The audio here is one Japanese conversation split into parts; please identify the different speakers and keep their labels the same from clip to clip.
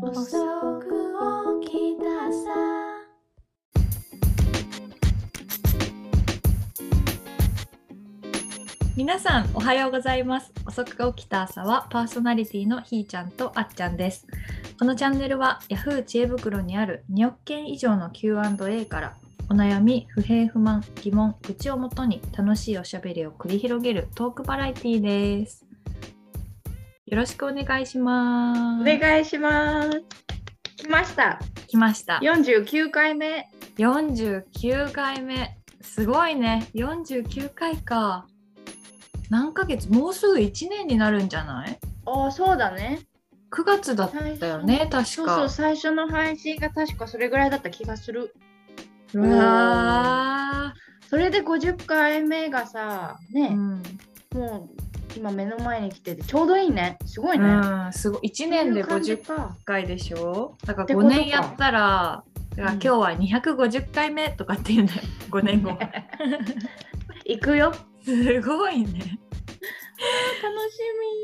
Speaker 1: 遅く起きたさ
Speaker 2: 皆さんおはようございます遅く起きた朝はパーソナリティのひーちゃんとあっちゃんですこのチャンネルは Yahoo 知恵袋にある2億件以上の Q&A からお悩み不平不満疑問愚痴をもとに楽しいおしゃべりを繰り広げるトークバラエティですよろしくお願いしま
Speaker 1: お
Speaker 2: す
Speaker 1: 願いします来ました
Speaker 2: 来ました
Speaker 1: 49回目
Speaker 2: 49回目すごいね49回か何ヶ月もうすぐ1年になるんじゃない
Speaker 1: ああそうだね
Speaker 2: ?9 月だったよね確か
Speaker 1: そうそう最初の配信が確かそれぐらいだった気がする
Speaker 2: うわ
Speaker 1: それで50回目がさ
Speaker 2: ーう
Speaker 1: ね、
Speaker 2: ん、
Speaker 1: もう今目の前に来ててちょうどいいねすごいね、
Speaker 2: うん、すごい1年で
Speaker 1: こういう感じ
Speaker 2: 50
Speaker 1: か
Speaker 2: 回でしょだか
Speaker 1: って
Speaker 2: ら
Speaker 1: こ
Speaker 2: 5
Speaker 1: とか
Speaker 2: 年やったらだから
Speaker 1: う
Speaker 2: 今
Speaker 1: ん
Speaker 2: 日は250回目とかって言うんだよ5年 後
Speaker 1: 行くよ楽し
Speaker 2: すごいね
Speaker 1: み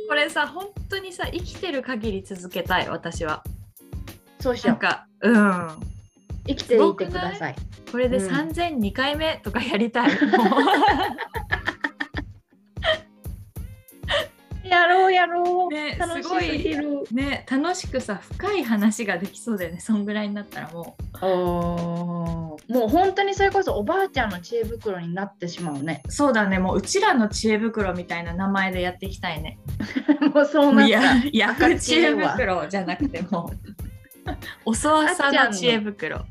Speaker 2: これさ本当にさ生きてる限り続けたい私は
Speaker 1: そうし
Speaker 2: な
Speaker 1: よ
Speaker 2: ん
Speaker 1: う
Speaker 2: かうん
Speaker 1: 生きていてください
Speaker 2: これで
Speaker 1: うん
Speaker 2: 3002回目とかやりたい、 も
Speaker 1: やろうやろう、
Speaker 2: ね
Speaker 1: 楽し
Speaker 2: すごい
Speaker 1: すぎる
Speaker 2: うね楽しくさ深い話ができそうだよねそんぐらいになったらも
Speaker 1: もう本当にそれこそおばあちゃんの知恵袋になってしまうね
Speaker 2: うそうだねもううちらの知恵袋みたいな名前でやっていきたいね
Speaker 1: もうそうなっ
Speaker 2: いや
Speaker 1: た、
Speaker 2: ヤフー知恵袋じゃなくてもう、 おそわさの知恵袋。うん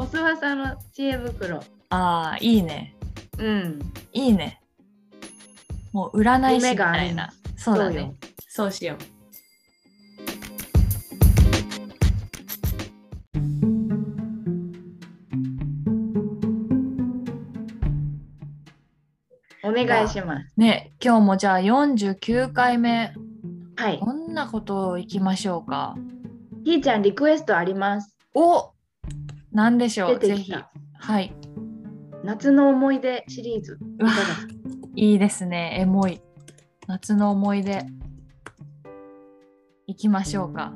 Speaker 1: おそばさんの知恵袋
Speaker 2: ああ、いいね。
Speaker 1: うん
Speaker 2: いいね。もう占い師
Speaker 1: 夢
Speaker 2: み
Speaker 1: がある
Speaker 2: たいな。そうだね。そうしよう。
Speaker 1: お願いします
Speaker 2: ね、今日もじゃあ49回目、
Speaker 1: はい
Speaker 2: どんなことをいきましょうか。
Speaker 1: ひーちゃんリクエストあります
Speaker 2: おなんでしょ
Speaker 1: 出
Speaker 2: う、
Speaker 1: て
Speaker 2: ぜ
Speaker 1: き
Speaker 2: ひ。
Speaker 1: た
Speaker 2: はい。
Speaker 1: 夏の思い出シリーズ
Speaker 2: うわいいですね、エモい。夏の思い出。いきましょうか。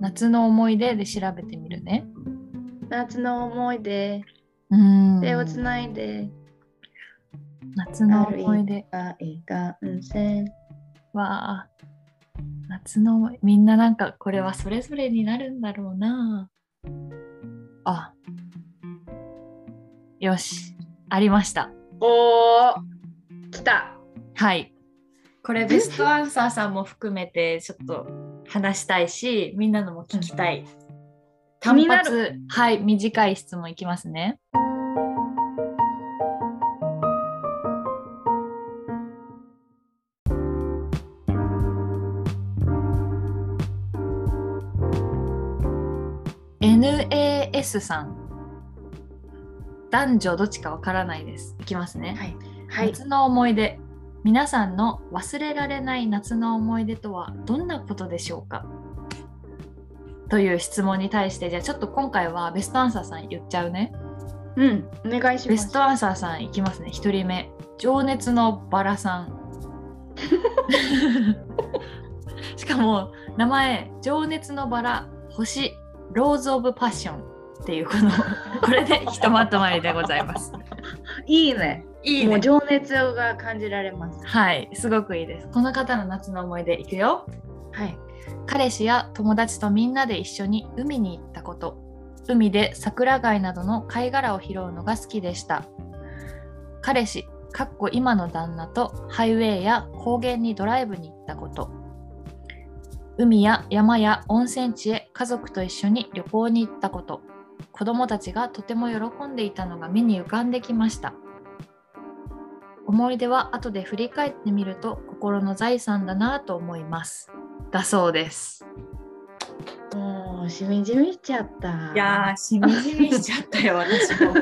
Speaker 2: 夏の思い出で調べてみるね。
Speaker 1: 夏の思い出
Speaker 2: うん
Speaker 1: 手をつないで
Speaker 2: 夏の思い出
Speaker 1: 海岸線
Speaker 2: は夏の思いみんななんかこれはそれぞれになるんだろうなあよしありました
Speaker 1: おー来た
Speaker 2: はいこれベストアンサーさんも含めてちょっと話したいしみんなのも聞きたい
Speaker 1: 気
Speaker 2: 単
Speaker 1: になる
Speaker 2: 発はい短い質問いきますねNAS さん男女どっちかわからないですいきますね
Speaker 1: はいはい
Speaker 2: 夏の思い出皆さんの忘れられない夏の思い出とはどんなことでしょうかという質問に対してじゃあちょっと今回はベストアンサーさん言っちゃうね
Speaker 1: うんお願いし
Speaker 2: ベ
Speaker 1: ま
Speaker 2: ス
Speaker 1: す
Speaker 2: トアンサーさんいきますね1人目情熱のバラさ んしかも名前情熱のバラ星ローズ・オブ・パッションっていうこのこれでひとまとまりでございます
Speaker 1: い いね
Speaker 2: い
Speaker 1: もう情熱が感じられます
Speaker 2: はい、すごくいいです。この方の夏の思い出いくよ。
Speaker 1: はい
Speaker 2: 彼氏や友達とみんなで一緒に海に行ったこと。海で桜貝などの貝殻を拾うのが好きでした。彼氏、かっこ今の旦那とハイウェイや高原にドライブに行ったこと。海や山や温泉地へ家族と一緒に旅行に行ったこと。子供たちがとても喜んでいたのが目に浮かんできました。思い出は後で振り返ってみると心の財産だなと思います。だそうです。
Speaker 1: もうしみじみしちゃった
Speaker 2: いやー、しみじみしちゃったよ、私 も。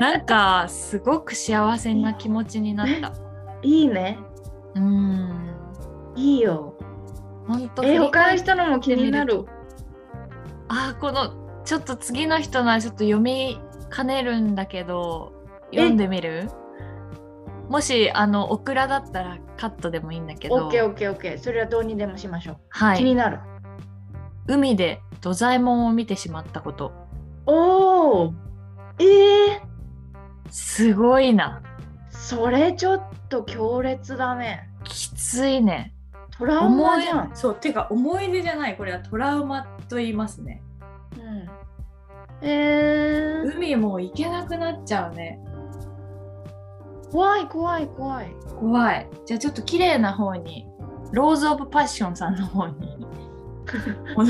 Speaker 2: なんか、すごく幸せな気持ちになった。
Speaker 1: いいね
Speaker 2: うーん。
Speaker 1: いいよ
Speaker 2: 本当
Speaker 1: え他の人のも気になる
Speaker 2: あー、この、ちょっと次の人のはちょっと読みかねるんだけど、読んでみるもし、あの、オクラだったらカットでもいいんだけど。
Speaker 1: オッケーオッケーオッケーそれはどうにでもしましょう、
Speaker 2: は
Speaker 1: 気
Speaker 2: い。
Speaker 1: になる
Speaker 2: 海で土左衛門を見てしまったこと
Speaker 1: おおええ
Speaker 2: すごいな
Speaker 1: それちょっと強烈だね
Speaker 2: きついね
Speaker 1: トラウマじゃ
Speaker 2: 思
Speaker 1: ん
Speaker 2: いそうてか思い出じゃないこれはトラウマと言いますね
Speaker 1: うんえー、
Speaker 2: 海もう行けなくなっちゃうね
Speaker 1: 怖い怖い怖い
Speaker 2: 怖いじゃあちょっと綺麗な方にローズ・オブ・パッションさんの方にこの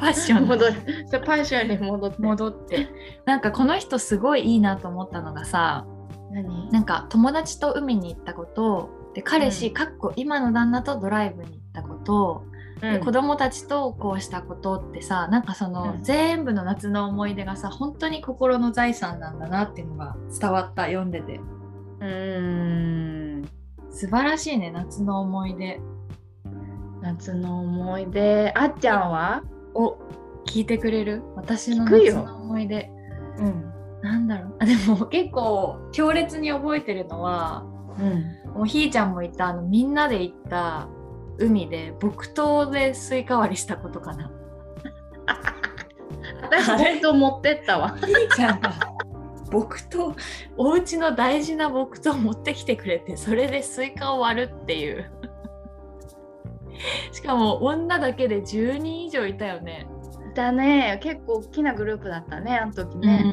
Speaker 2: パッションの
Speaker 1: 戻るそれパイションに戻って
Speaker 2: 戻ってなんかこの人すごいいいなと思ったのがさ
Speaker 1: 何
Speaker 2: なんか友達と海に行ったことで彼氏、
Speaker 1: うん
Speaker 2: かっこ今の旦那とドライブに行ったこと、で子供たちとこうしたことってさなんかその、
Speaker 1: うん
Speaker 2: 全部の夏の思い出がさ本当に心の財産なんだなっていうのが伝わった読んでて
Speaker 1: うーん
Speaker 2: 素晴らしいね夏の思い出
Speaker 1: 夏の思い出あっちゃんは
Speaker 2: を聞いてくれる私の
Speaker 1: 聞く
Speaker 2: 夏
Speaker 1: よ
Speaker 2: の思い出
Speaker 1: うん
Speaker 2: なんだろうあでも結構強烈に覚えてるのは
Speaker 1: うん
Speaker 2: もうひーちゃんも言ったあのみんなで行った海で木刀でスイカ割りしたことかな。
Speaker 1: 私
Speaker 2: あれ
Speaker 1: 本当持ってったわ
Speaker 2: ひーちゃん が木刀お家の大事な木刀持ってきてくれてそれでスイカを割るっていうしかも女だけで10人以上いたよね。
Speaker 1: だね結構大きなグループだったねあの時ね、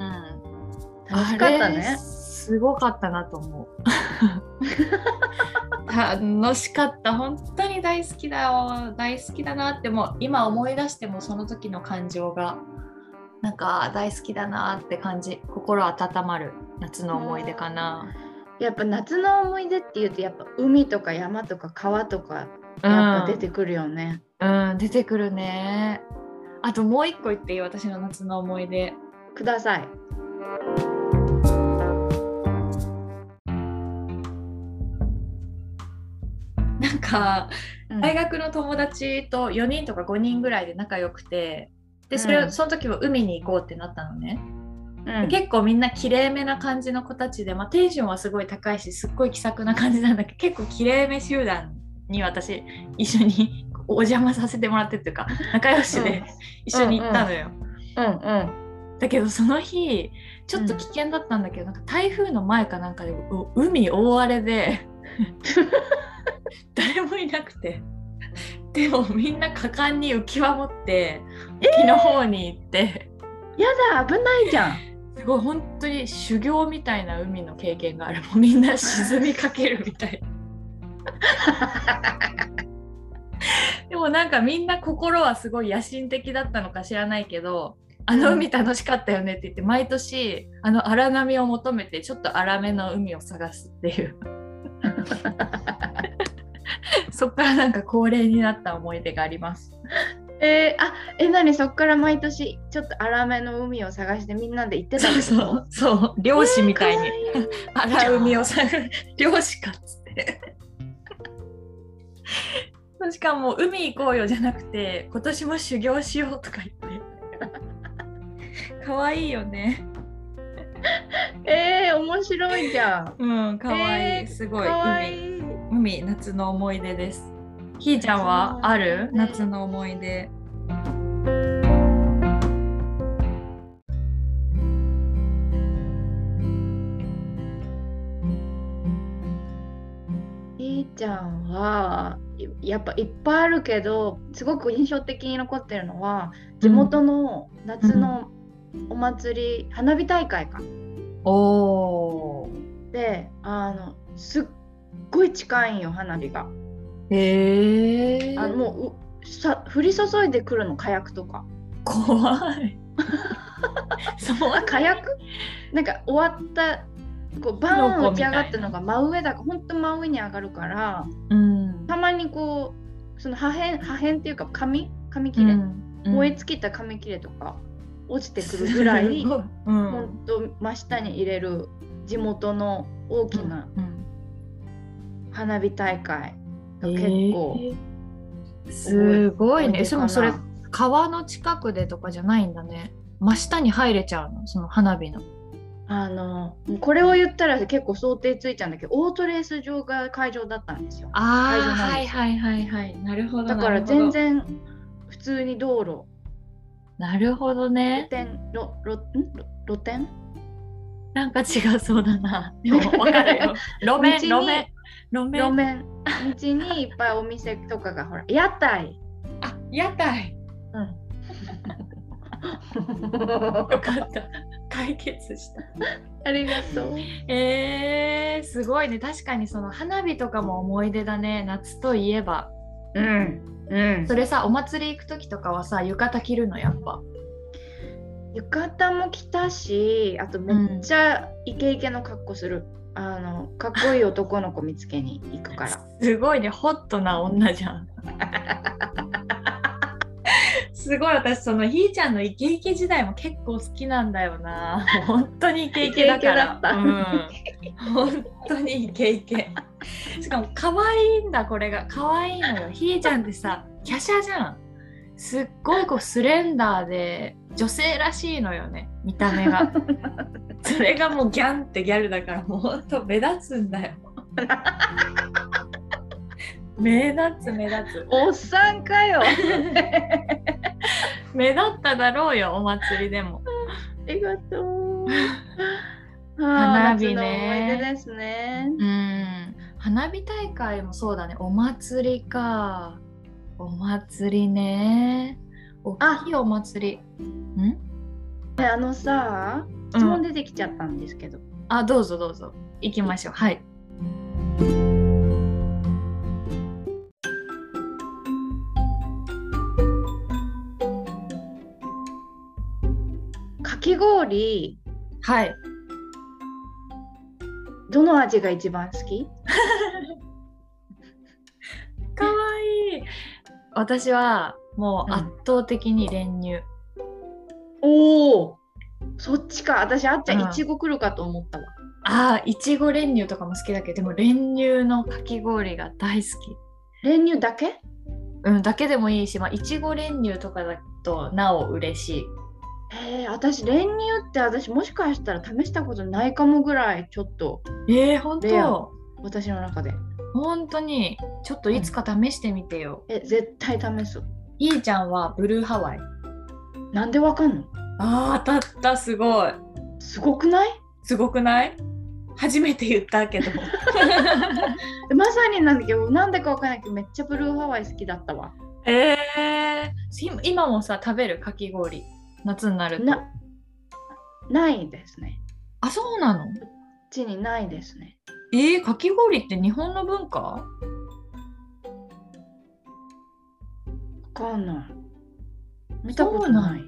Speaker 1: 楽しかった
Speaker 2: あれ
Speaker 1: ね
Speaker 2: すごかったなと思う。楽しかった。本当に大好きだよ。大好きだなってもう今思い出してもその時の感情がなんか大好きだなって感じ。心温まる夏の思い出かな。
Speaker 1: やっぱ夏の思い出っていうとやっぱ海とか山とか川とか
Speaker 2: うん、
Speaker 1: やっぱ出てくるよね、
Speaker 2: うん出てくるね。あともう一個言っていい私の夏の思い出。
Speaker 1: ください
Speaker 2: なんか
Speaker 1: うん
Speaker 2: 大学の友達と4人とか5人ぐらいで仲良くてでそうれ
Speaker 1: ん
Speaker 2: その時は海に行こうってなったのね、
Speaker 1: うん
Speaker 2: 結構みんなきれいめな感じの子たちで、まあ、テンションはすごい高いしすっごい気さくな感じなんだけど結構きれいめ集団に私一緒にお邪魔させてもらってっていうか仲良しで一緒に行ったのよ、
Speaker 1: うんうん
Speaker 2: だけどその日ちょっと危険だったんだけど、なんか台風の前かなんかでお海大荒れで 誰もいなくてでもみんな果敢に浮き輪持って沖の方に行って、
Speaker 1: やだ危な いじゃん
Speaker 2: すごい本当に修行みたいな海の経験があるもうみんな沈みかけるみたいなでもなんかみんな心はすごい野心的だったのか知らないけどあの海楽しかったよねって言って毎年あの荒波を求めてちょっと荒めの海を探すっていうそっからなんか恒例になった思い出があります
Speaker 1: えー、あえなにそっから毎年ちょっと荒めの海を探してみんなで行ってた
Speaker 2: そ
Speaker 1: ん
Speaker 2: う
Speaker 1: です
Speaker 2: そうそう漁師みたいに、荒海を探る漁師かっつってしかも海行こうよじゃなくて今年も修行しようとか言って可愛いよね
Speaker 1: えー、面白いじゃん
Speaker 2: うん可愛い、
Speaker 1: えー
Speaker 2: す
Speaker 1: か
Speaker 2: ごい
Speaker 1: わいい
Speaker 2: 海海夏の思い出ですひーちゃんはある夏
Speaker 1: 夏
Speaker 2: の思い出
Speaker 1: いいちゃんはいやっぱいっぱいあるけどすごく印象的に残ってるのは地元の夏のお祭り、花火大会か
Speaker 2: おー
Speaker 1: であのすっごい近いんよ花火が
Speaker 2: へえ
Speaker 1: あのもううさ降り注いでくるの火薬とか
Speaker 2: 怖いそう
Speaker 1: あ火薬なんか終わったこうバーン打ち上がったのが真上だからほんと真上に上がるから
Speaker 2: うん
Speaker 1: たまにこうその破片破片っていうか紙紙切
Speaker 2: う
Speaker 1: れ、
Speaker 2: ん
Speaker 1: 燃え尽きた紙切れとか落ちてくるぐらい
Speaker 2: すご うん
Speaker 1: ほんと真下に入れる地元の大きな
Speaker 2: うん
Speaker 1: 花火大会が結構、
Speaker 2: えーすごい
Speaker 1: 思
Speaker 2: ね
Speaker 1: 出かな
Speaker 2: しかもそれ川の近くでとかじゃないんだね真下に入れちゃうのその花火の
Speaker 1: あのもうこれを言ったら結構想定ついちゃうんだけどオートレース場が会場だったんですよ
Speaker 2: あ
Speaker 1: ー
Speaker 2: はいはいはいはいなるほど
Speaker 1: だから全然普通に道路
Speaker 2: なるほど
Speaker 1: 露
Speaker 2: ね。
Speaker 1: 店ろろんろ露店
Speaker 2: なんか違うそうだな。でもわかる よ。路面、
Speaker 1: 道に
Speaker 2: 路面、路面。
Speaker 1: 路面道にいっぱいお店とかがほら屋 台
Speaker 2: あ、屋台。
Speaker 1: うん
Speaker 2: よかった。解決した。
Speaker 1: ありがとう
Speaker 2: えー、すごいね。確かにその花火とかも思い出だね。夏といえば。
Speaker 1: うんうん
Speaker 2: それさ、お祭り行く時とかはさ、浴衣着るのやっぱ。
Speaker 1: 浴衣も着たしあとめっちゃイケイケの格好する、あのかっこいい男の子見つけに行くから
Speaker 2: すごいね。ホットな女じゃん。 すごい私そのひーちゃんのイケイケ時代も結構好きなんだよな本当にイケイケだから
Speaker 1: イケイケだった
Speaker 2: うん、本当にイケイケしかも可愛いんだこれが可愛いのよひーちゃんってさ華奢じゃんすっごいこうスレンダーで女性らしいのよね見た目がそれがもうギャンってギャルだからもうほんと目立つんだよ目立つ目立つ
Speaker 1: おっさんかよ あ
Speaker 2: 目立っただろうよお祭りでも
Speaker 1: りがと う
Speaker 2: 花火ね
Speaker 1: あー夏の思い出ですね
Speaker 2: うん花火大会もそうだねお祭りかお祭りね大きいお祭りん
Speaker 1: ねあのさ質問出てきちゃったんですけど、
Speaker 2: あどうぞどうぞ行きましょうはい
Speaker 1: かき氷
Speaker 2: はい
Speaker 1: どの味が一番好き
Speaker 2: かわいい私はもう
Speaker 1: うん
Speaker 2: 圧倒的に練乳、
Speaker 1: おおそっちか私あっちゃ
Speaker 2: うん
Speaker 1: んいちご来るかと思ったわ、
Speaker 2: あーいちご練乳とかも好きだけどでも練乳のかき氷が大好き
Speaker 1: 練乳だけ
Speaker 2: うんだけでもいいしまあいちご練乳とかだとなお嬉しい
Speaker 1: えー、私練乳って私もしかしたら試したことないかもぐらいちょっと
Speaker 2: えー、本
Speaker 1: レア
Speaker 2: 当
Speaker 1: 私の中で
Speaker 2: 本当にちょっといつか試してみてよ、
Speaker 1: え絶対試す
Speaker 2: ひーちゃんはブルーハワイ
Speaker 1: なんでわかんの
Speaker 2: あー当たったすごい
Speaker 1: すごくない
Speaker 2: すごくない初めて言ったけど
Speaker 1: でまさになんだけどなんでかわかんないけどめっちゃブルーハワイ好きだったわ
Speaker 2: えー、今今もさ食べるかき氷夏になると
Speaker 1: なないですね
Speaker 2: あそうなの
Speaker 1: こっちにないですね
Speaker 2: えー、かき氷って日本の文化
Speaker 1: わかんない見たことない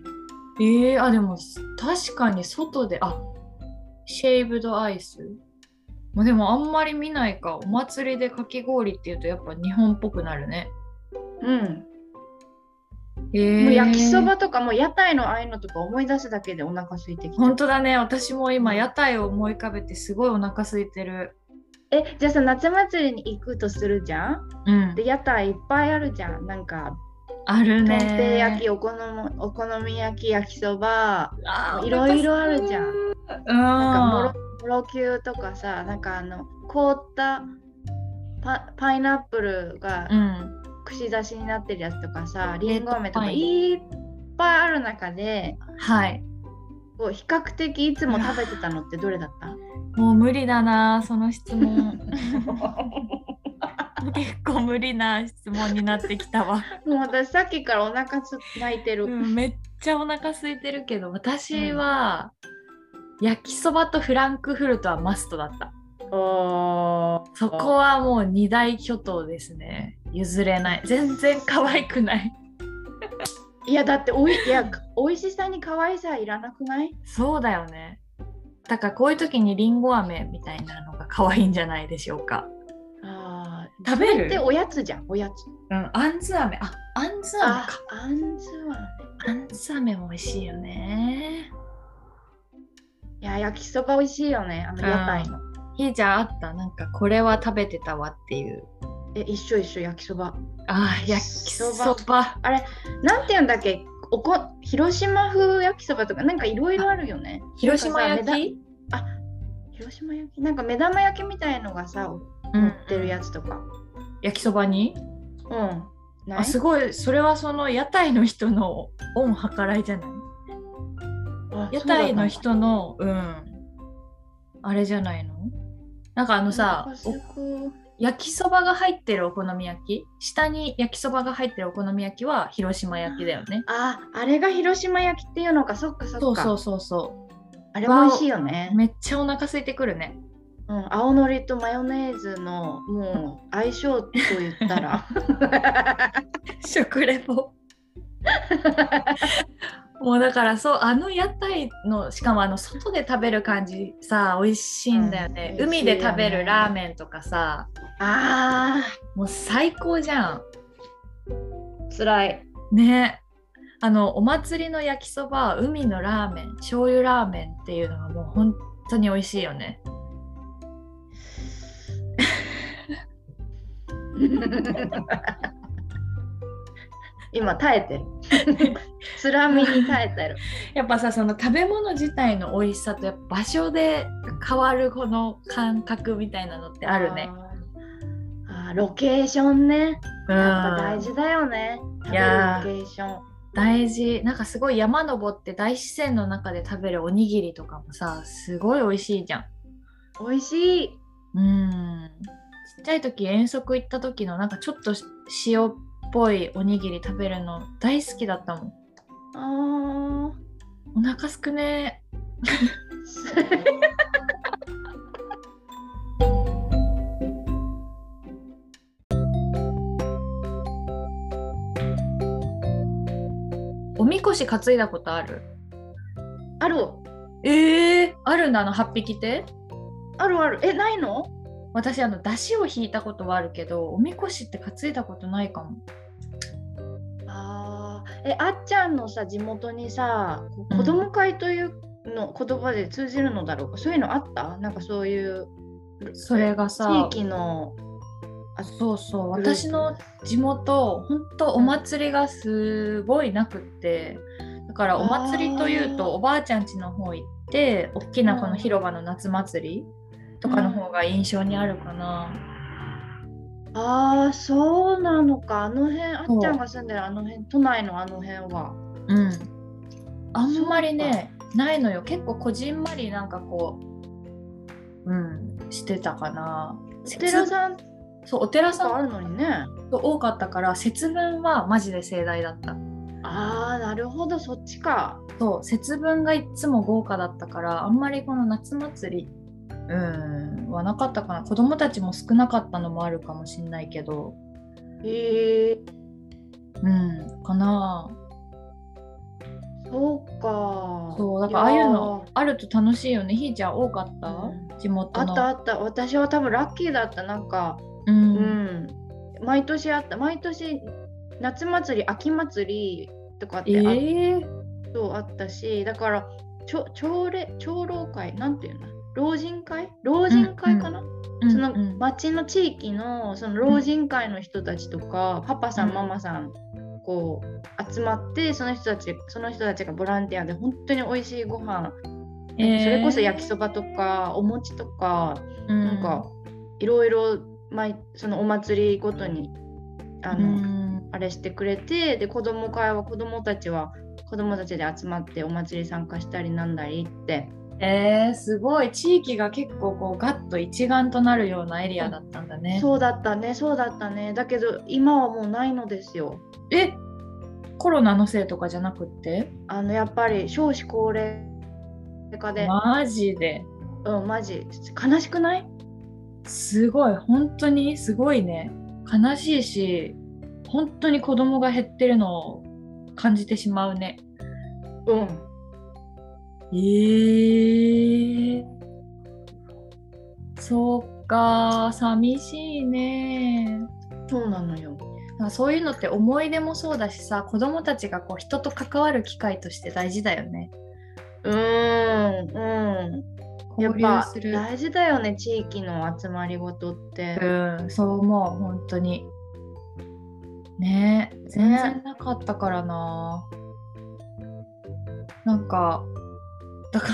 Speaker 2: えー、あでも確かに外であシェイブドアイスまあでもあんまり見ないかお祭りでかき氷っていうとやっぱ日本っぽくなるね
Speaker 1: うん、
Speaker 2: えー、
Speaker 1: もう焼きそばとかもう屋台のああいうのとか思い出すだけでお腹空いてき
Speaker 2: 本
Speaker 1: て
Speaker 2: 当だね私も今屋台を思い浮かべてすごいお腹空いてる
Speaker 1: えじゃあさ夏祭りに行くとするじゃん
Speaker 2: うん
Speaker 1: で屋台いっぱいあるじゃんなんか
Speaker 2: ある
Speaker 1: とん
Speaker 2: ね
Speaker 1: て焼きお好みお好み焼き焼きそば
Speaker 2: あー
Speaker 1: いろいろあるじゃん
Speaker 2: う
Speaker 1: なん
Speaker 2: ん
Speaker 1: かもろもろきゅうとかさなんかあの凍ったパパイナップルが
Speaker 2: うん
Speaker 1: 串刺しになってるやつとかさ、
Speaker 2: レ
Speaker 1: り
Speaker 2: ッ
Speaker 1: ん
Speaker 2: ドパイン
Speaker 1: ご飴とかいっぱいある中で
Speaker 2: はい
Speaker 1: こう比較的いつも食べてたのってどれだ った
Speaker 2: もう無理だなその質 問結構無理な質問になってきたわ、
Speaker 1: もう私さっきからお腹す泣いてる、
Speaker 2: うん、めっちゃお腹空いてるけど私は、焼きそばとフランクフルトはマストだった
Speaker 1: おー
Speaker 2: そこはもう二大巨頭ですね譲れない全然可愛くない
Speaker 1: いやだっておい いや美味しさに可愛さいらなくない
Speaker 2: そうだよね。だからこういう時にりんご飴みたいなのが可愛いんじゃないでしょうか。
Speaker 1: あー
Speaker 2: 食べる
Speaker 1: それっておやつじゃんおやつ
Speaker 2: うん、あんず飴。あ、あんず飴
Speaker 1: あ
Speaker 2: か。
Speaker 1: あんずは
Speaker 2: あんず飴も美味しいよね。
Speaker 1: いや焼きそば美味しいよねあの屋台の
Speaker 2: ひーちゃんあったなんかこれは食べてたわっていう。
Speaker 1: え一緒一緒焼きそば
Speaker 2: あー、焼きそば。
Speaker 1: なんていうんだっけおこ広島風焼きそばとかなんかいろいろあるよね
Speaker 2: 広島
Speaker 1: な
Speaker 2: 焼
Speaker 1: んかさ目
Speaker 2: き
Speaker 1: 玉広島焼きなんか目玉焼きみたいのがさ乗ってるやつとか
Speaker 2: 焼きそばに
Speaker 1: うんない
Speaker 2: あすごいそれはその屋台の人の恩計らいじゃない
Speaker 1: あ
Speaker 2: 屋台の
Speaker 1: そうだっ
Speaker 2: 人のうんあれじゃないのなんかあの
Speaker 1: た
Speaker 2: さ
Speaker 1: んだお
Speaker 2: お
Speaker 1: かず
Speaker 2: 焼きそばが入ってるお好み焼き下に焼きそばが入ってるお好み焼きは広島焼きだよね
Speaker 1: ああれが広島焼きっていうのかそっかそっか
Speaker 2: そうそうそうそ
Speaker 1: あれも美味しいよね
Speaker 2: う、めっちゃお腹空いてくるね
Speaker 1: うん、青のりとマヨネーズのもう相性と言った ら
Speaker 2: 食レポもうだからそうあの屋台のしかもあの外で食べる感じさ美味しいんだよね、
Speaker 1: うん
Speaker 2: 海
Speaker 1: 美味しいよね
Speaker 2: で食べるラーメンとかさ
Speaker 1: あ
Speaker 2: もう最高じゃん
Speaker 1: ーつらい
Speaker 2: ねあのお祭りの焼きそば海のラーメン醤油ラーメンっていうのがもう本当に美味しいよね
Speaker 1: 今耐えてるつらみに耐えてる
Speaker 2: やっぱさその食べ物自体の美味しさとやっぱ場所で変わるこの感覚みたいなの ってあるね
Speaker 1: あーあーロケーションね
Speaker 2: うん
Speaker 1: やっぱ大事だよね食
Speaker 2: い
Speaker 1: べる
Speaker 2: やー
Speaker 1: ロケーション
Speaker 2: 大事なんかすごい山登って大自然の中で食べるおにぎりとかもさすごい美味しいじゃ
Speaker 1: 美味しい
Speaker 2: んうんちっちゃい時遠足行った時のなんかちょっと塩っぽいおにぎり食べるの大好きだったも
Speaker 1: あー
Speaker 2: んお腹すくねおみこし担いだことある
Speaker 1: ある
Speaker 2: ええあるんだあの8匹って
Speaker 1: あるあるえないの
Speaker 2: 私あの出汁を引いたことはあるけどおみこしって担いだことないかも
Speaker 1: あーえあっちゃんのさ地元にさこ
Speaker 2: うん
Speaker 1: 子供会というの言葉で通じるのだろうか、そういうのあったなんかそういう
Speaker 2: それがさ
Speaker 1: 地域の
Speaker 2: そうそう私の地元本当お祭りがすごいなくってだからお祭りという
Speaker 1: あー
Speaker 2: とおばあちゃん家の方行って大きなこの広場の夏祭りとかの方が印象にあるかな、
Speaker 1: ああそうなのかあの辺あ
Speaker 2: そう
Speaker 1: っちゃんが住んでるあの辺都内のあの辺は
Speaker 2: うんあんまりねないのよ結構こじんまりなんかこううんしてたかな
Speaker 1: お寺さんと
Speaker 2: そうお寺さ
Speaker 1: かあ
Speaker 2: ん
Speaker 1: るのにね
Speaker 2: と多かったから節分はマジで盛大だった
Speaker 1: ああなるほどそっちか
Speaker 2: そう節分がいつも豪華だったからあんまりこの夏祭りうんはなかったかな子供たちも少なかったのもあるかもしんないけど
Speaker 1: へえ
Speaker 2: うんかな
Speaker 1: そうか
Speaker 2: そうだからああいう
Speaker 1: やー
Speaker 2: のあると楽しいよねひーちゃん多かった、
Speaker 1: うん
Speaker 2: 地元
Speaker 1: あ
Speaker 2: の
Speaker 1: ったあった私は多分ラッキーだったなんか
Speaker 2: うん
Speaker 1: うん、毎年あった毎年夏祭り秋祭りとかっ
Speaker 2: え
Speaker 1: てあ,、
Speaker 2: ー、
Speaker 1: そうあったしだからちょ朝礼長老会なんていうの老人会老人会かな、
Speaker 2: うん
Speaker 1: その
Speaker 2: うん
Speaker 1: 町の地域のその老人会の人たちとか、パパさ
Speaker 2: うん
Speaker 1: んママさんこう集まってその人たちその人たちがボランティアで本当に美味しいご飯、
Speaker 2: えー
Speaker 1: それこそ焼きそばとかお餅とか、
Speaker 2: うん
Speaker 1: なんかいろいろ毎そのお祭りごとにあ
Speaker 2: う
Speaker 1: の、
Speaker 2: ん
Speaker 1: あれしてくれてで子供会は子供たちは子供たちで集まってお祭り参加したりなんだりって
Speaker 2: えー、すごい地域が結構こうガッと一丸となるようなエリアだったんだね
Speaker 1: そうだったねそうだったねだけど今はもうないのですよ。
Speaker 2: えコロナのせいとかじゃなくって
Speaker 1: あのやっぱり少子高齢化で、
Speaker 2: マジで
Speaker 1: うん、マジ悲しくない
Speaker 2: すごい本当にすごいね悲しいし本当に子供が減ってるのを感じてしまうね
Speaker 1: うん
Speaker 2: えー、そうか寂しいね
Speaker 1: そうなのよ
Speaker 2: なんかそういうのって思い出もそうだしさ子供たちがこう人と関わる機会として大事だよね
Speaker 1: うーんうんやっ
Speaker 2: 交流
Speaker 1: ぱ
Speaker 2: する
Speaker 1: 大事だよね地域の集まりごとって、
Speaker 2: うん、そう思う、本当に。ねえ、全然なかったからな。 なんか、だから、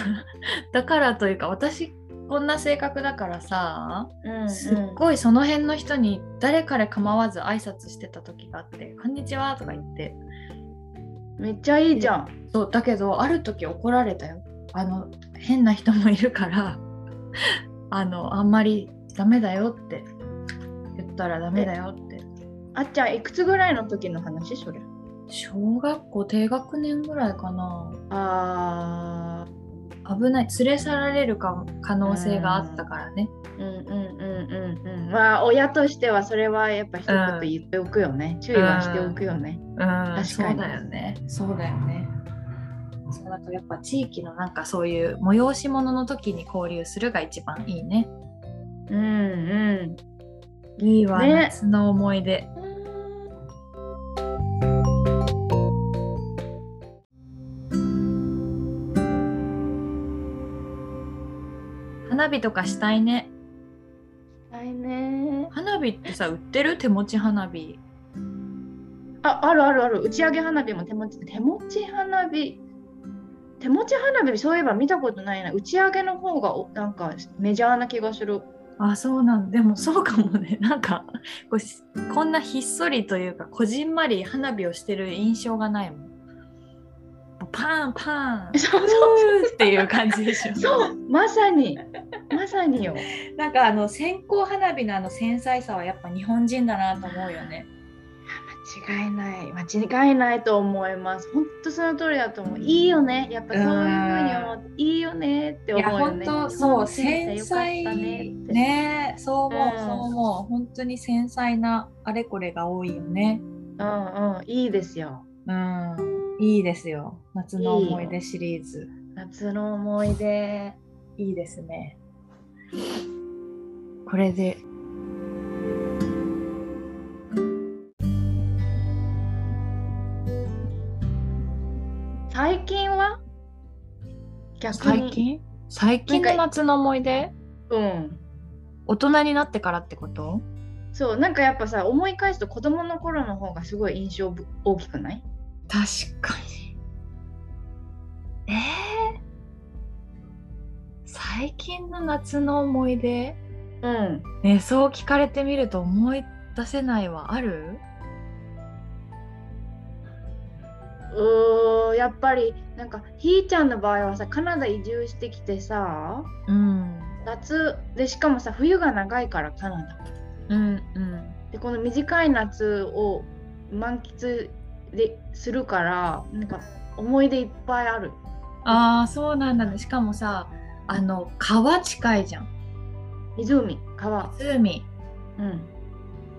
Speaker 2: だからというか、私こんな性格だからさ
Speaker 1: うん
Speaker 2: すっごいその辺の人に誰彼構わず挨拶してた時があって「こんにちは」とか言って
Speaker 1: めっちゃいいじゃん。
Speaker 2: そうだけどある時怒られたよあの変な人もいるから あのあんまりダメだよって言ったらダメだよって
Speaker 1: あっちゃんいくつぐらいの時の話それ。
Speaker 2: 小学校低学年ぐらいかな
Speaker 1: あー
Speaker 2: 危ない連れ去られるかも可能性があったからね
Speaker 1: うんうんうんうんうん。まあ親としてはそれはやっぱ一言言っておくよね。注意はしておくよね。
Speaker 2: うん
Speaker 1: に
Speaker 2: そうだよねそうだよねそうなんかやっぱ地域のなんかそういう催し物の時に交流するが一番いいね
Speaker 1: うんうん。
Speaker 2: いいわ、
Speaker 1: ね
Speaker 2: 夏の思い出花火とかしたいね
Speaker 1: 来年。
Speaker 2: 花火ってさ売ってる手持ち花火
Speaker 1: ああるあるある打ち上げ花火も手持ち手持ち花火手持ち花火そういえば見たことないな打ち上げの方がおなんかメジャーな気がする
Speaker 2: あそうなんでもそうかもね なんかこうしこんなひっそりというかこじんまり花火をしてる印象がないもんパンパン
Speaker 1: そうそう
Speaker 2: うーっていう感じでしょ
Speaker 1: そうまさにまさによ
Speaker 2: なんかあの線香花火のあの繊細さはやっぱ日本人だなと思うよね。
Speaker 1: 間違いない間違いないと思います本当その通りだと思ういいよねやっぱそういうふうに思っていいよねって
Speaker 2: い
Speaker 1: 思
Speaker 2: や
Speaker 1: うよ
Speaker 2: 本
Speaker 1: ね
Speaker 2: 当そう繊
Speaker 1: 繊細
Speaker 2: 細
Speaker 1: よかったね
Speaker 2: ね
Speaker 1: って
Speaker 2: そう思う、
Speaker 1: うん
Speaker 2: そう思う本当に繊細なあれこれが多いよね。
Speaker 1: うんうんいいですよ
Speaker 2: うんいいですよ夏の思い出シリーズ
Speaker 1: 夏の思い出
Speaker 2: いいですね。これで
Speaker 1: 最近は逆に
Speaker 2: 最近最近の夏の思い出
Speaker 1: うん
Speaker 2: 大人になってからってこと
Speaker 1: そうなんかやっぱさ思い返すと子供の頃の方がすごい印象ぶ大きくない
Speaker 2: 確かにえー、最近の夏の思い出
Speaker 1: うん
Speaker 2: ねそう聞かれてみると思い出せないはある
Speaker 1: うーやっぱりなんかひーちゃんの場合はさカナダ移住してきてさ
Speaker 2: うん
Speaker 1: 夏でしかもさ冬が長いからカナダ
Speaker 2: うんうん
Speaker 1: でこの短い夏を満喫でするからなんか思い出いっぱいある
Speaker 2: ああそうなんだねしかもさあの川近いじゃん
Speaker 1: 湖川
Speaker 2: 湖
Speaker 1: うん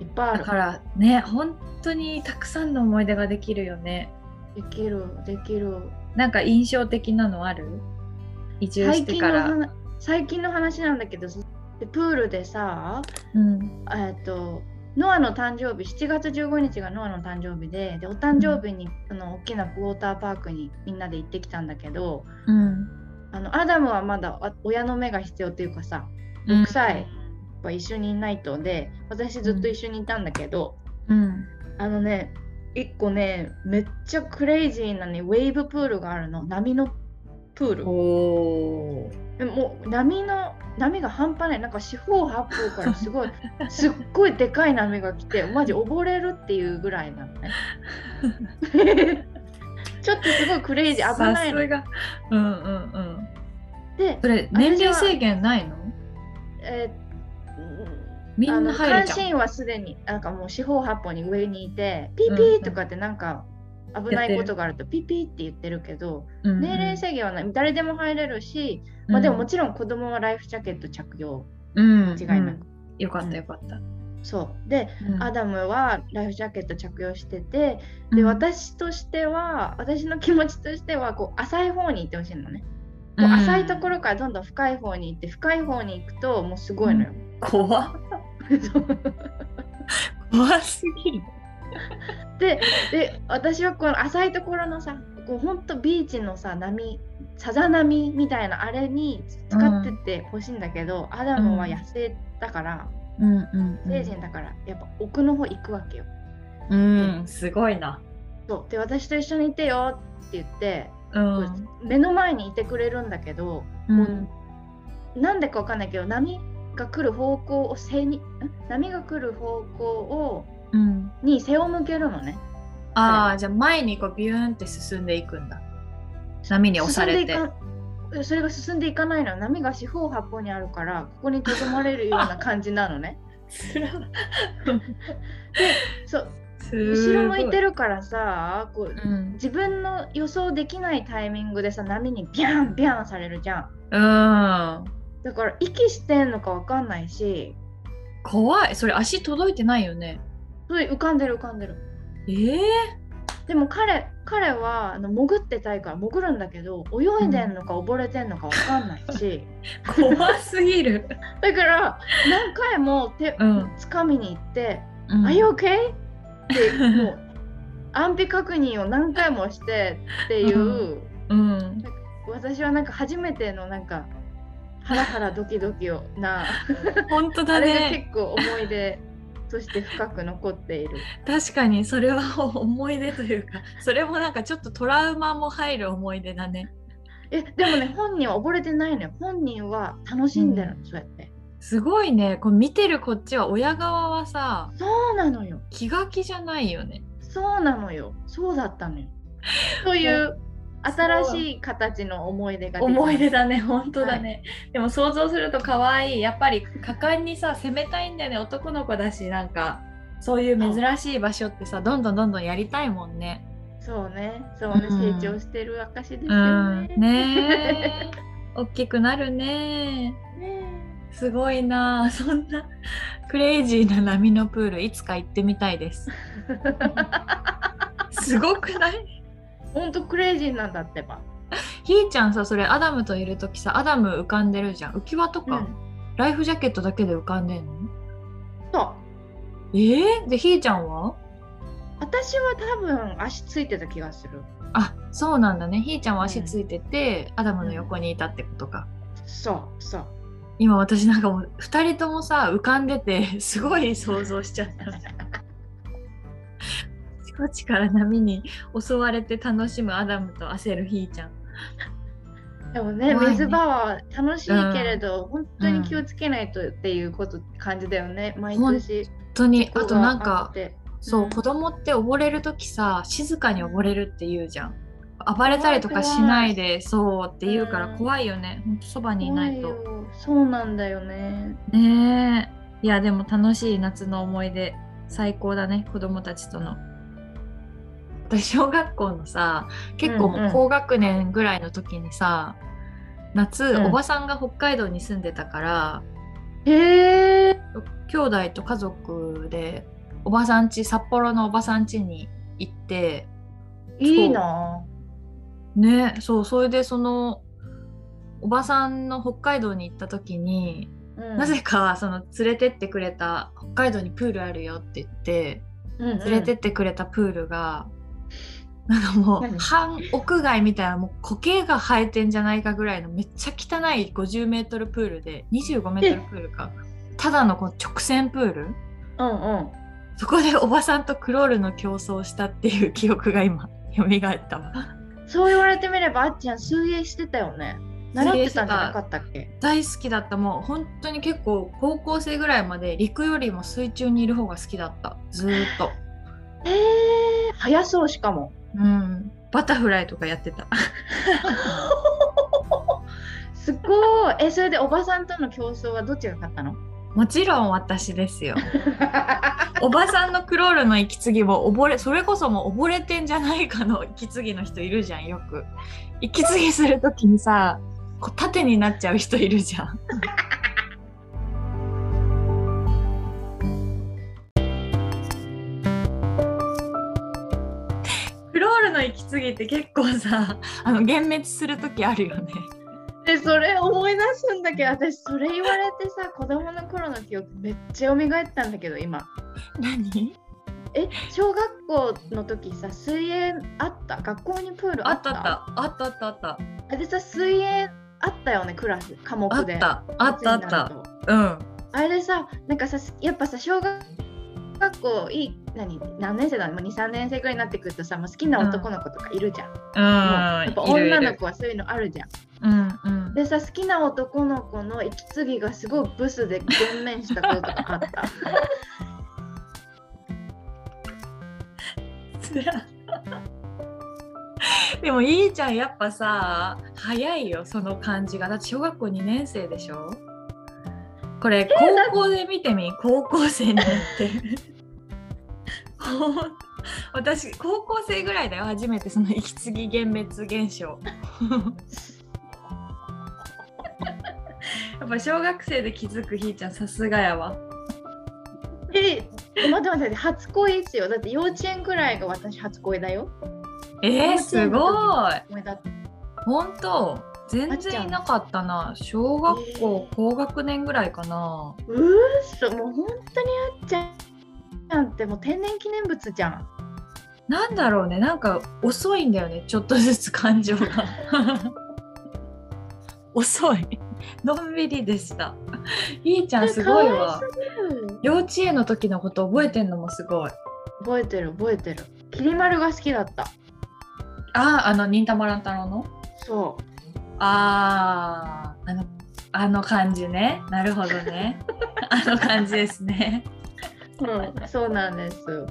Speaker 1: いっぱいあ
Speaker 2: だ
Speaker 1: る
Speaker 2: からね本当にたくさんの思い出ができるよね
Speaker 1: できるできる
Speaker 2: なんか印象的なのある移住し
Speaker 1: 最
Speaker 2: て
Speaker 1: 近
Speaker 2: か
Speaker 1: の
Speaker 2: ら、
Speaker 1: 話最近の話なんだけどさでプールでさ
Speaker 2: うん、
Speaker 1: えっとノアの誕生日7月15日がノアの誕生日ででお誕生日にその大きなウォーターパークにみんなで行ってきたんだけど
Speaker 2: うん
Speaker 1: あのアダムはまだあ親の目が必要というかさ
Speaker 2: うん
Speaker 1: 6歳やっぱ一緒にいないとで私ずっと一緒にいたんだけど、
Speaker 2: うん
Speaker 1: あのね1個ねめっちゃクレイジーなねウェーブプールがあるの波のプール
Speaker 2: お
Speaker 1: でもう波の波が半端ないなんか四方八方からす ごいすっごいでかい波が来てマジ溺れるっていうぐらいなのね ちょっとすごいクレイジー危ないの
Speaker 2: がうんうんうん
Speaker 1: で
Speaker 2: それ年齢制限ないの
Speaker 1: え
Speaker 2: み
Speaker 1: ーあ
Speaker 2: ん
Speaker 1: の
Speaker 2: な入
Speaker 1: 関
Speaker 2: るじゃん
Speaker 1: 心はすでになんかもう四方八方に上にいてピーピーとかってなんか危ないことがあるとピーピーって言ってるけど
Speaker 2: うんうん
Speaker 1: 年齢制限はない誰でも入れるし、
Speaker 2: うん
Speaker 1: まあ、でももちろん子供はライフジャケット着用
Speaker 2: うん
Speaker 1: 違いなく、
Speaker 2: うんよかったよかった、
Speaker 1: そうで
Speaker 2: うん
Speaker 1: アダムはライフジャケット着用しててで、私としては私の気持ちとしてはこう浅い方に行ってほしいのね、こう
Speaker 2: うん
Speaker 1: 浅いところからどんどん深い方に行って深い方に行くともうすごいのよ、
Speaker 2: 怖っ怖すぎる
Speaker 1: でで私はこの浅いところのさこうほんとビーチのさ波さざ波みたいなあれに使ってってほしいんだけど、アダムは野生だから
Speaker 2: うんうん
Speaker 1: 成人だからやっぱ奥の方行くわけよ
Speaker 2: うん、すごいな
Speaker 1: そうで私と一緒にいてよって言って
Speaker 2: う
Speaker 1: 目の前にいてくれるんだけど、
Speaker 2: ん
Speaker 1: もうなんでかわかんないけど波が来る方向を背にん波が来る方向を
Speaker 2: うん、
Speaker 1: に背を向けるのね
Speaker 2: ああじゃあ前にこうビューンって進んでいくんだ波に押されて
Speaker 1: 進んでいかそれが進んでいかないの波が四方八方にあるからここにとどまれるような感じなの ね
Speaker 2: つら
Speaker 1: そう
Speaker 2: す
Speaker 1: 後
Speaker 2: 後
Speaker 1: ろ向いてるからさこう
Speaker 2: うん
Speaker 1: 自分の予想できないタイミングでさ波にビャンビャンされるじゃん
Speaker 2: うん
Speaker 1: だから息してんのかわかんないし
Speaker 2: 怖いそれ足届いてないよね
Speaker 1: それ浮かんでる浮かんでる
Speaker 2: ええ
Speaker 1: でも彼彼はあの潜ってたいから潜るんだけど泳いでんのか溺れてんのかわかんないし、
Speaker 2: 怖すぎる、
Speaker 1: だから何回も手
Speaker 2: うん
Speaker 1: 掴みに行って
Speaker 2: う
Speaker 1: 「
Speaker 2: ん
Speaker 1: Are you okay?」ってもう 安否確認を何回もしてっていう、
Speaker 2: うん
Speaker 1: 私はなんか初めてのなんかハラハラドキドキをな
Speaker 2: 本当
Speaker 1: あ
Speaker 2: だ
Speaker 1: れが
Speaker 2: ね
Speaker 1: 結構思い出として深く残っている。
Speaker 2: 確かにそれは 思い出というかそれもなんかちょっとトラウマも入る思い出だね
Speaker 1: えでもね本人は溺れてないのよ本人は楽しんでるの、そうやって。
Speaker 2: すごいねこう見てるこっちは親側はさ
Speaker 1: そうなのよ
Speaker 2: 気が気じゃないよね
Speaker 1: そうなのよそうだった のよ。という新しい形の思い出ができました
Speaker 2: 思い出だね本当だね、でも想像すると可愛いやっぱり果敢にさ攻めたいんだよね男の子だしなんかそういう珍しい場所ってさどんどんどんどんやりたいもんね
Speaker 1: そうね、そうね、
Speaker 2: うん
Speaker 1: 成長してる証です
Speaker 2: う
Speaker 1: よ
Speaker 2: ん
Speaker 1: ね。
Speaker 2: ねえ大きくなるね
Speaker 1: ね
Speaker 2: すごいなあそんなクレイジーな波のプールいつか行ってみたい ですすごくない
Speaker 1: えほんとクレイジーなんだってば。
Speaker 2: ひーちゃんさそれアダムといる時さアダム浮かんでるじゃん浮き輪と
Speaker 1: う
Speaker 2: か、
Speaker 1: ん、
Speaker 2: ライフジャケットだけで浮かんでんの
Speaker 1: そう。
Speaker 2: えー、でひーちゃんは
Speaker 1: 私は多分足ついてた気がする。
Speaker 2: あそうなんだねひーちゃんは足ついてて、アダムの横にいたってことか
Speaker 1: そうそう。
Speaker 2: 今私なんかもう2人ともさ浮かんでて すごい想像しちゃったあちこちから波に襲われて楽しむアダムと焦るひーちゃん
Speaker 1: でもね、
Speaker 2: 怖いね
Speaker 1: 水場は楽しいけれど、本当に気をつけないとっていうこと感じだよね。毎年。
Speaker 2: 本当にあとなん
Speaker 1: あっ
Speaker 2: か
Speaker 1: て
Speaker 2: そう、
Speaker 1: うん
Speaker 2: 子供って溺れる時さ静かに溺れるって言うじゃん暴れたりとかしないでそうって言うから
Speaker 1: うん
Speaker 2: 怖いよね、ほんとそばにいないと。
Speaker 1: 怖よそうなんだよね。
Speaker 2: ねえいやでも楽しい夏の思い出最高だね子供たちとの。私小学校のさ結構
Speaker 1: うん
Speaker 2: も
Speaker 1: う
Speaker 2: うん高学年ぐらいの時にさ、夏、
Speaker 1: うん
Speaker 2: おばさんが北海道に住んでたから
Speaker 1: へえ。
Speaker 2: 兄弟と家族でおばさん家札幌のおばさん家に行って
Speaker 1: いいな。
Speaker 2: ねそうそれでそのおばさんの北海道に行った時にな
Speaker 1: な
Speaker 2: ぜかその連れてってくれた北海道にプールあるよって言って
Speaker 1: 連
Speaker 2: 連れてってくれたプールが、なんかもう
Speaker 1: 何
Speaker 2: 半屋外みたいなもう苔が生えてんじゃないかぐらいのめっちゃ汚い 50m プールで 25m プールかただのこう直線プール
Speaker 1: うんうん。
Speaker 2: そこでおばさんとクロールの競争をしたっていう記憶が今蘇ったわ
Speaker 1: そう言われてみればあっちゃん水泳してたよね。習ってたんじゃなかったっけ
Speaker 2: 大好きだったもう本当に結構高校生ぐらいまで陸よりも水中にいる方が好きだったずーっと
Speaker 1: えー、早そうしかも。
Speaker 2: うんバタフライとかやってた
Speaker 1: すごい。え、それでおばさんとの競争はどっちが勝っ たの
Speaker 2: もちろん私ですよ。おばさんのクロールの息継ぎも溺れそれこそもう溺れてんじゃないかの息継ぎの人いるじゃんよく息継ぎする時にさこう縦になっちゃう人いるじゃんクロールの息継ぎって結構さあの幻滅する時あるよね
Speaker 1: で、それ思い出すんだけど、私それ言われてさ、子供の頃の記憶めっちゃ蘇ったんだけど、今。
Speaker 2: 何
Speaker 1: え、小学校の時さ、水泳あった学校にプール
Speaker 2: あ
Speaker 1: あ
Speaker 2: っ
Speaker 1: った
Speaker 2: た
Speaker 1: あ
Speaker 2: あったあったあった
Speaker 1: でさ、水泳あったよね、クラス、科目
Speaker 2: あっ
Speaker 1: で。
Speaker 2: たあったあっ
Speaker 1: 夏になる
Speaker 2: た
Speaker 1: と
Speaker 2: うん
Speaker 1: あれでさ、なんかさ、やっぱさ、小学学校いい何何年生だろう2、3年生くらいになってくるとさ、もう好きな男の子とかいるじゃん。
Speaker 2: う
Speaker 1: もうやっ
Speaker 2: い
Speaker 1: ぱ
Speaker 2: るいる
Speaker 1: 女の子はそういうのあるじゃん。
Speaker 2: うんうんうん
Speaker 1: でさ好きな男の子の息継ぎがすごいブスで減免したこととかあった。
Speaker 2: でもいいちゃんやっぱさ早いよその感じがだって小学校2年生でしょこれ高校で見てみ高校生になって ほん私高校生ぐらいだよ初めてその息継ぎ幻滅現象 やっぱ小学生で気づくひーちゃんさすがやわ
Speaker 1: ええ待って待って初恋ですよだって幼稚園ぐらいが私初恋だよ。
Speaker 2: えー、
Speaker 1: 幼
Speaker 2: す
Speaker 1: 稚園の
Speaker 2: ごい
Speaker 1: 思い出
Speaker 2: 本当全然いなかったな小学校高学年ぐらいかな
Speaker 1: うーそもう本当にあっちゃんちゃんってもう天然記念物じゃん。
Speaker 2: なんだろうねなんか遅いんだよねちょっとずつ感情が 遅いのんびりでしたひーちゃんすごいわ
Speaker 1: うん
Speaker 2: 幼稚園の時のこと覚えてんのもすごい
Speaker 1: 覚えてる覚えてる。きり丸が好きだった。
Speaker 2: あああの忍たま乱太郎の
Speaker 1: そ
Speaker 2: あーあのあの感じねなるほどねあの感じですね
Speaker 1: う。うん、そうなんです。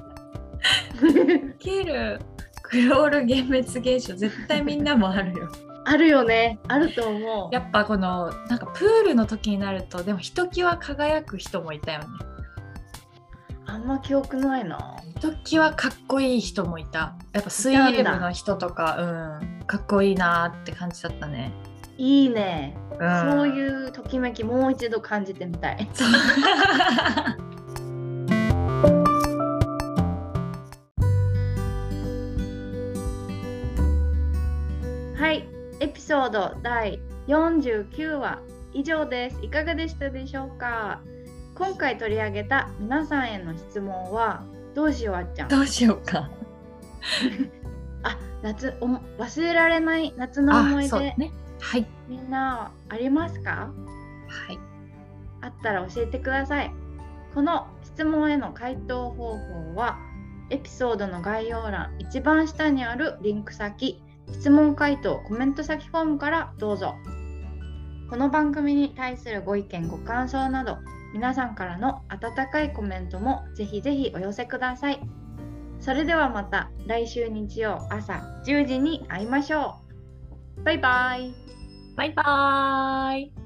Speaker 2: キルクロール幻滅現象絶対みんなもあるよ
Speaker 1: あるよね。あると思 う。
Speaker 2: やっぱこのなんかプールの時になるとでもひときわ輝く人もいたよね
Speaker 1: あんま記憶ないな。
Speaker 2: ひときわかっこいい人もいたやっぱ水泳部の人とかうんかっこいいなって感じだったね、
Speaker 1: いいね。
Speaker 2: うん、
Speaker 1: そういううときめきもう一度感じてみ たい。はい、エピソード第49話以上です。いかがでしたでしょうか今回取り上げた皆さんへの質問はどうしようあっちゃん
Speaker 2: どうしようか
Speaker 1: あ夏おも忘れられない夏の
Speaker 2: あ
Speaker 1: 思い
Speaker 2: そう
Speaker 1: 出、
Speaker 2: ねはい
Speaker 1: みんなありますか
Speaker 2: はい
Speaker 1: あったら教えてください。この質問への回答方法はエピソードの概要欄一番下にあるリンク先質問回答コメント先フォームからどうぞこの番組に対するご意見ご感想など皆さんからの温かいコメントもぜひぜひお寄せくださいそれではまた来週日曜朝10時に会いましょうバイバイ
Speaker 2: バイバーイ